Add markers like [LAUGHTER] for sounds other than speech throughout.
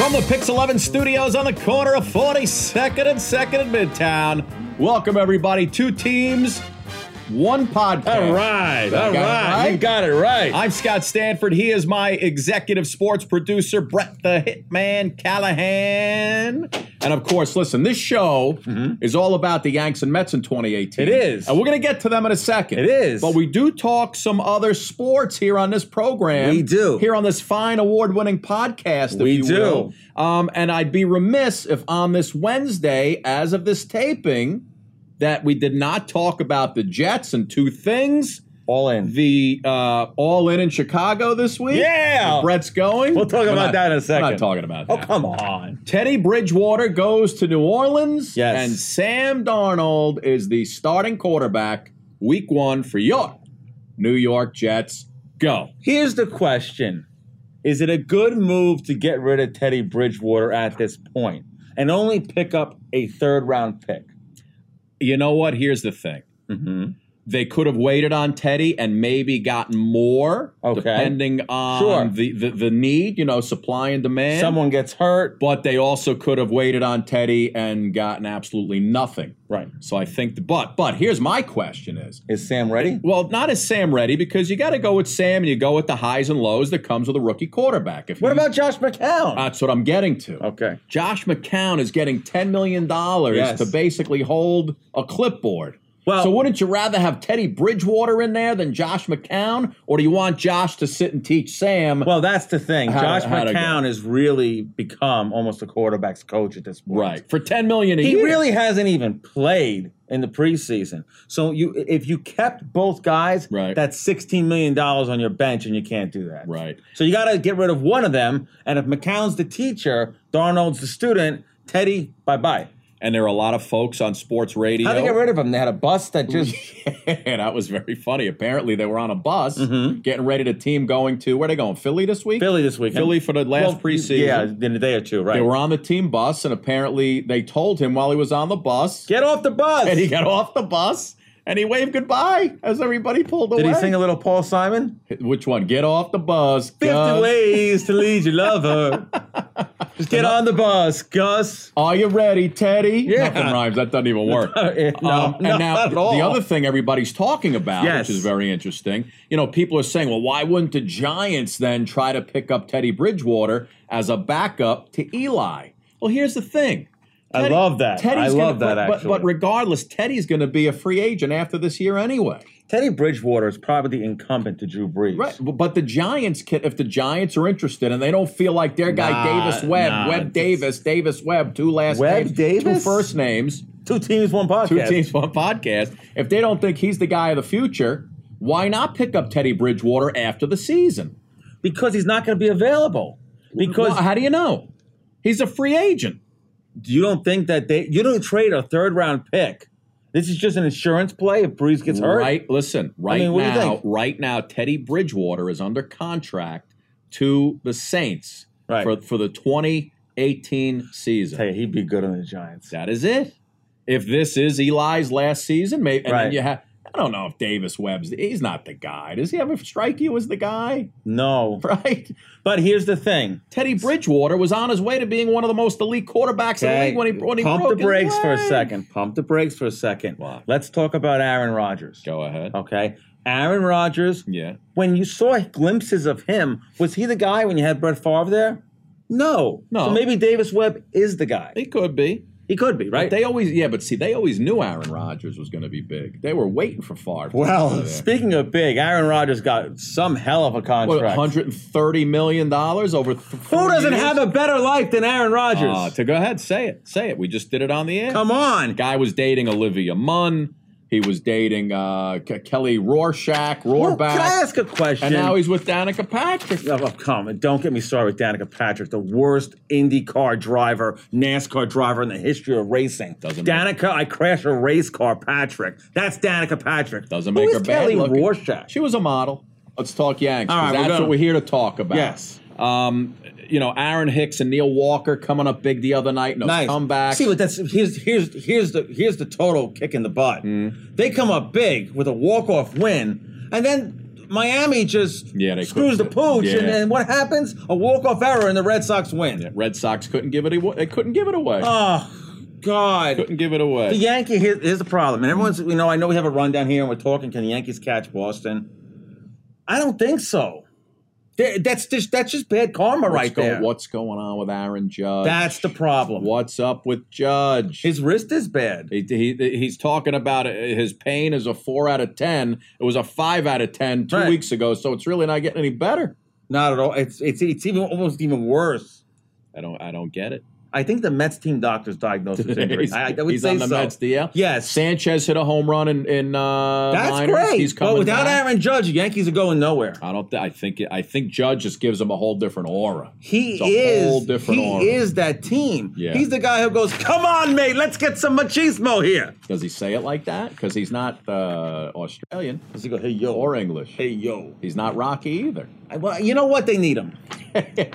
From the Pix 11 studios on the corner of 42nd and 2nd in Midtown, welcome everybody. Two teams, one podcast. All right, all Got it right, you right? got it right. I'm Scott Stanford. He is my executive sports producer, Brett the Hitman Callahan. Mm-hmm. And of course, listen, this show is all about the Yanks and Mets in 2018. It is. And we're going to get to them in a second. It is. But we do talk some other sports here on this program. We do. Here on this fine award winning podcast, if We you do. will. Um, and I'd be remiss if on this Wednesday, as of this taping, that we did not talk about the Jets and two things All in. the uh, All In in Chicago this week. Yeah. Brett's going. We'll talk We're about not- that in a We're second. not talking about Oh, that. come on. Teddy Bridgewater goes to New Orleans. Yes. And Sam Darnold is the starting quarterback week one for your New York Jets. Go. Here's the question Is it a good move to get rid of Teddy Bridgewater at this point and only pick up a third round pick? You know what? Here's the thing. Mm-hmm. They could have waited on Teddy and maybe gotten more, Okay. depending on Sure. the, the, the need, you know, supply and demand. Someone gets hurt. but they also could have waited on Teddy and gotten absolutely nothing. Right. So I think the but but here's my question is Is Sam ready? well not as Sam ready because you got to go with Sam and you go with the highs and lows that comes with a rookie quarterback. If What you- about Josh McCown? that's what I'm getting to. Mm-hmm. Uh, okay. Josh McCown is getting ten million dollars Yes. to basically hold a clipboard. Well- so wouldn't you rather have Teddy Bridgewater in there than Josh McCown, or do you want Josh to sit and teach Sam? Well, that's the thing. How- Josh how'd it go? McCown has really become almost a quarterback's coach at this point. right for ten million a He year. really hasn't even played in the preseason. So you, if you kept both guys, Right. that's sixteen million dollars on your bench, and you can't do that. Right. So you got to get rid of one of them. And if McCown's the teacher, Darnold's the student. Teddy, bye bye. and there are a lot of folks on sports radio. How they get rid of him? They had a bus that [LAUGHS] just yeah, that was very funny. Apparently, they were on a bus getting ready to team going to where are they going? Philly this week. Mm-hmm. Philly this weekend. Philly for the last preseason. Yeah, in a day or two, right? They were on the team bus, and apparently, they told him while he was on the bus, get off the bus. and he got off the bus and he waved goodbye as everybody pulled Did away. he sing a little Paul Simon? Which one? Get off the bus. 50 Gus. ways to lead [LAUGHS] your lover. Just get on the bus, Gus. Are you ready, Teddy? Yeah. Nothing rhymes. That doesn't even work. [LAUGHS] No, Um, and not now at all. the other thing everybody's talking about, Yes. which is very interesting, you know, people are saying, well, why wouldn't the Giants then try to pick up Teddy Bridgewater as a backup to Eli? Well, here's the thing. I love that. I gonna- love that, but- but, But, actually. regardless, Teddy's going to be a free agent after this year anyway. Teddy Bridgewater is probably the incumbent to Drew Brees. Right. But the Giants, can, if the Giants are interested and they don't feel like their guy Nah, Davis Webb, nah, Webb it's- Davis, Davis Webb, two last Webb names, two Davis? first names. Two teams, one podcast. Two Teams One podcast. If they don't think he's the guy of the future, why not pick up Teddy Bridgewater after the season? Because he's not going to be available. Because Well, how do you know? He's a free agent. you don't think that they you don't trade a third round pick. This is just an insurance play if Brees gets hurt. Right. Listen, right mean, what do you now, think? right now, Teddy Bridgewater is under contract to the Saints Right. for for the 2018 season. Hey, he'd be good on the Giants. That is it. If this is Eli's last season, maybe and then Right. you have. I don't know if Davis Webb's. He's not the guy. Does he ever strike you as the guy? [LAUGHS] No. Right. But here's the thing. Teddy Bridgewater was on his way to being one of the most elite quarterbacks in the league when he when he Pump broke the his brakes for a leg. second. Pump the brakes for a second. Why? Let's talk about Aaron Rodgers. Go ahead. Okay. Aaron Rodgers, Yeah. when you saw glimpses of him, was he the guy when you had Brett Favre there? No. No. So maybe Davis Webb is the guy. He could be. He could be, Right. right? They always yeah, but see, they always knew Aaron Rodgers was going to be big. They were waiting for Favre. to go [LAUGHS] well, there. speaking of big, Aaron Rodgers got some hell of a What, contract. 130 million dollars over th- Who doesn't have a better life than Aaron Rodgers? to go ahead, say it. Say it. We just did it on the air. Come on. Guy was dating Olivia Munn. He was dating uh, Ke- Kelly Rorschach, Well, Rohrback. can I ask a question? and now he's with Danica Patrick. Oh, oh, come on. Don't get me started with Danica Patrick, the worst IndyCar driver, NASCAR driver in the history of racing. Doesn't Danica, I crash a race car, Patrick. That's Danica Patrick. Doesn't Who make is her bad Kelly looking. Rorschach? She was a model. Let's talk Yanks. All right, 'cause we're that's done. what we're here to talk about. Yes. Um, you know, Aaron Hicks and Neil Walker coming up big the other night. No Nice. comeback. See what that's here's here's here's the here's Hmm. the total kick in the butt. They come up big with a walk off win, and then Miami just Yeah, they screws the couldn't- pooch, and yeah. then what happens? A walk-off error, and the Red Sox win. Red Sox couldn't give it. Away. They couldn't give it away. Oh God. couldn't give it The away. Yankee here, here's the problem, and everyone's you know I know we have a rundown here, and we're talking. Can the Yankees catch Boston? I don't think so. They- That's just that's just bad karma What's right go- there. what's going on with Aaron Judge? That's the problem. what's up with Judge? His wrist is bad. He, he, he's talking about uh, his pain is a four out of ten. It was a five out of ten two Right. weeks ago, so it's really not getting any better. Not at all. It's it's it's even almost even worse. I don't I don't get it. I think the Mets team doctors diagnosed his [LAUGHS] injury. he's [LAUGHS] I, I would he's say on the so. Mets DL. Yes, Sanchez hit a home run in in uh, that's minors. great. He's coming but without back. Aaron Judge, the Yankees are going nowhere. I don't. Th- I think. I think Judge just gives him a whole different aura. He It's a is. whole different he aura. is that team. Yeah. He's the guy who goes, "Come on, mate, let's get some machismo here." Does he say it like that? Because he's not uh, Australian Does he go, "Hey yo, or English. hey yo"? He's not Rocky either. I- well, you know what? They [LAUGHS] need him.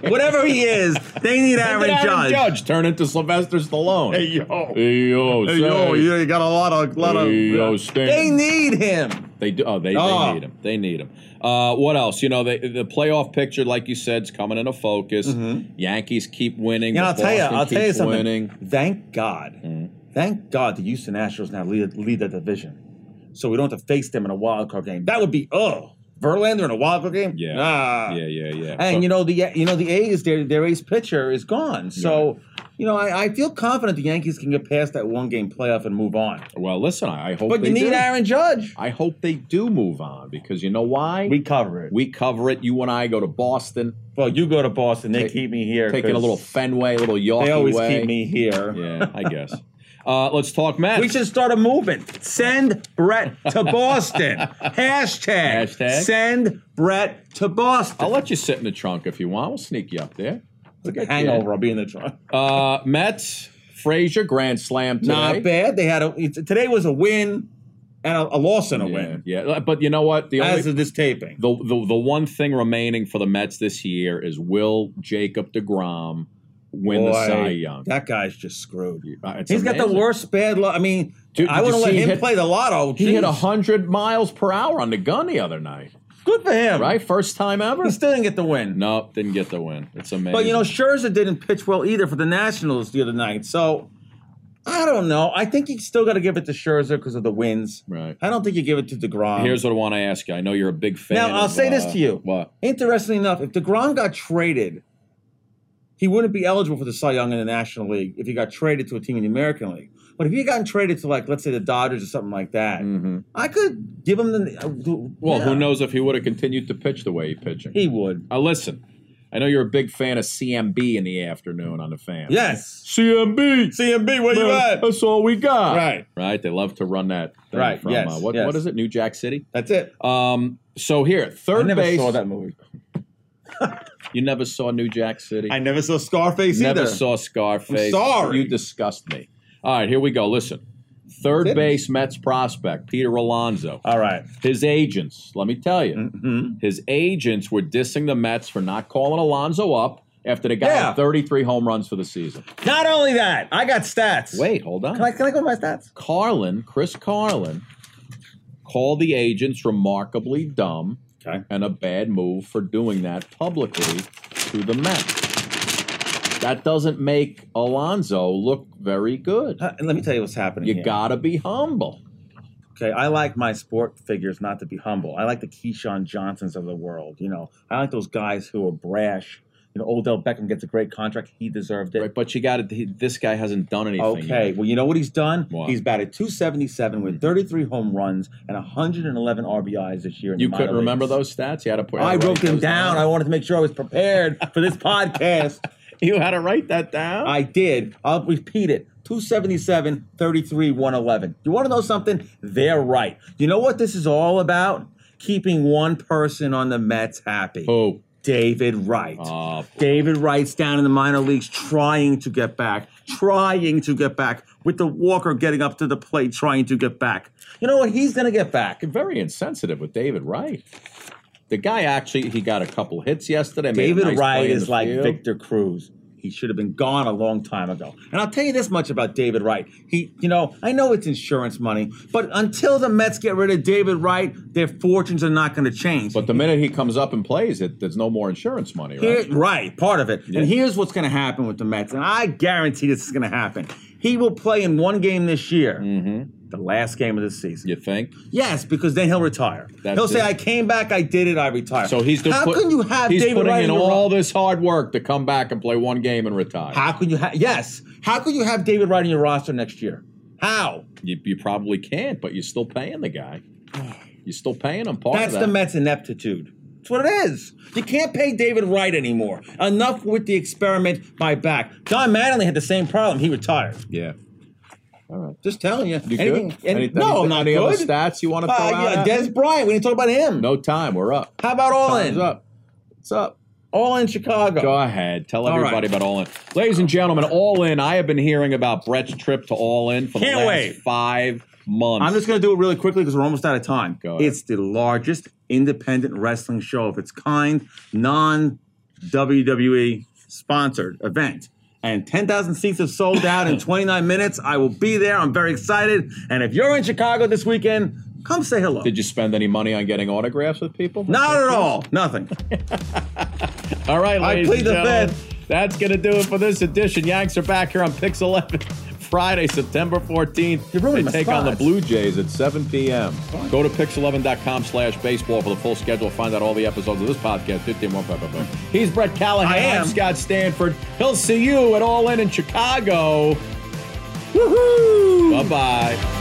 Whatever he is, they need Did Aaron, Judge. Judge turn into Sylvester Stallone. Hey yo, Hey, yo, hey yo, say. you got a lot of lot of. Hey, yo, Stan. They need him. They do. Oh, they, Oh. they need him. They need him. Uh, what else? You know, they, the playoff picture, like you said, is coming into focus. Yankees keep winning. You know, Mm-hmm. I'll but tell you, Boston I'll tell you keeps something. Winning. Hmm. Thank God, thank God, the Houston Astros now lead, lead the division, so we don't have to face them in a wild card game. That would be oh, Verlander in a wild card game. Yeah. Nah. Yeah, yeah, yeah. And So- you know the you know the A's their their ace pitcher is gone, so you know I, I feel confident the Yankees can get past that one game playoff and move on. well, listen, I, I hope But they you need do. Aaron Judge. I hope they do move on because you know why? We cover it. we cover it. You and I go to Boston, well, you go to Boston, they Take- keep me here. taking a 'cause little Fenway, a little Yorkie They always way. keep me here. Yeah, I [LAUGHS] guess. Uh, let's talk Mets. [LAUGHS] We should start a movement. Send Brett [LAUGHS] to Boston. Hashtag, Hashtag. Send Brett to Boston. I'll let you sit in the trunk if you want. We'll sneak you up there. It's like a hangover. I'll be in the trunk. [LAUGHS] Uh, Mets, Frazier, grand slam today. Not bad. They had a. it's- Today was a win and a, a loss and a Yeah, win. yeah, Uh, but you know what? The only, As of this taping, the, the the one thing remaining for the Mets this year is will Jacob Degrom win the Boy, Cy Young? That guy's just screwed. He's Uh, it's got the amazing. worst bad luck. I mean, Dude, did I you wouldn't let see he him hit- play the lotto. He hit Jeez. hundred miles per hour on the gun the other night, Good for him. right? First time ever. He still didn't get the win. [LAUGHS] Nope, didn't get the win. It's amazing. But you know, Scherzer didn't pitch well either for the Nationals the other night. So I don't know. I think you still got to give it to Scherzer because of the wins. Right. I don't think you give it to Degrom. Um, here's what I want to ask you. I know you're a big fan. now I'll of, say this uh, to you. What? Interestingly enough, if Degrom got traded, he wouldn't be eligible for the Cy Young in the National League if he got traded to a team in the American League. But if he had gotten traded to like let's say the Dodgers or something like that, hmm I could give him the. uh, Well, yeah. who knows if he would have continued to pitch the way he pitching? He would. Uh, listen, I know you're a big fan of CMB in the afternoon on the fan. Yes. CMB. CMB, where you Man, at? That's all we got. Right. Right. They love to run that. Thing Right, From, yes, uh, what, yes. what is it? New Jack City. That's it. Um. So here, I third never base. saw that movie. You never saw New Jack City. I never saw Scarface never either. saw Scarface. I'm sorry. You disgust me. All right. Here we go. Listen. Third Didn't. base Mets prospect Peter Alonso. All right. His agents. Let me tell you. Mhm. His agents were dissing the Mets for not calling Alonso up after the guy Yeah. had 33 home runs for the season. Not only that, I got stats. Wait, hold on. Can I, can I go with my stats? Carlin, Chris Carlin, called the agents remarkably dumb Okay. and a bad move for doing that publicly to the Mets. That doesn't make Alonzo look very good. Uh, and let me tell you what's happening. You here. gotta be humble. Okay, I like my sport figures not to be humble. I like the Keyshawn Johnsons of the world. You know, I like those guys who are brash. You know, Odell Beckham gets a great contract. He deserved it. Right? But you gotta, he- this guy hasn't done anything. Okay, yet. well, you know what he's done? What? Hmm. He's batted 277 with 33 home runs and 111 RBIs this year. In You the couldn't minor remember those leagues. stats? You had to put I had to wrote write them those down. I wanted to make sure I was prepared for this podcast. [LAUGHS] You had to write that down? I did. I'll repeat it. 277, 33, 111. You want to know something? They're right. You know what this is all about? Keeping one person on the Mets happy. oh. David Wright. Oh, David Wright's down in the minor leagues trying to get back, trying to get back, with the Walker getting up to the plate, trying to get back. You know what? He's going to get back. very insensitive with David Wright. The guy actually he got a couple hits yesterday. made a David nice play Wright in is the like field. Victor Cruz. He should have been gone a long time ago. And I'll tell you this much about David Wright. He, you know, I know it's insurance money, but until the Mets get rid of David Wright, their fortunes are not going to change. But the minute he comes up and plays it, there's no more insurance money, Here- right? right. part of it. And here's what's going to happen with the Mets, and I guarantee this is going to happen. He will play in one game this year, Mm-hmm. the last game of the season. You think? Yes, because then he'll retire. That's he'll say, it. "I came back, I did it, I retired." So he's how put- can you have he's David putting Wright in a row? all this hard work to come back and play one game and retire. How can you have? Yes, how can you have David Wright on your roster next year? How? You, you probably can't, but you're still paying the [SIGHS] guy. You're still paying him part That's of that. the Mets' ineptitude. That's what it is. You can't pay David Wright anymore. Enough with the experiment by back. Don Mattingly had the same problem. He retired. yeah. All right. Just telling you. You Anything- good? any- Any- no, anything- I'm not any other good. stats you want to throw Uh, out? yeah, at Des me? Bryant. We didn't talk about him. no time. We're up. How about All Time's In? up. What's up? All In Chicago. Go ahead. Tell All right. everybody about All In. Ladies and gentlemen, All In. I have been hearing about Brett's trip to All In for Can't the last wait. five months. I'm just going to do it really quickly because we're almost out of time. Go ahead. it's the largest independent wrestling show of its kind, non WWE sponsored event. And 10,000 seats have sold [LAUGHS] out in 29 minutes. I will be there. I'm very excited. And if you're in Chicago this weekend, come say hello. Did you spend any money on getting autographs with people? Not at all. Nothing. All right, I ladies plead and the gentlemen, fifth. That's going to do it for this edition. Yanks are back here on Pix 11 [LAUGHS] Friday, September 14th. You're ruining they my take on spot. the Blue Jays at 7 p.m. Go to pix11.com slash baseball for the full schedule. Find out all the episodes of this podcast, 15 more, blah, blah, blah. He's Brett Callahan. I am. I'm Scott Stanford. He'll see you at All In in Chicago. Woohoo! Bye-bye.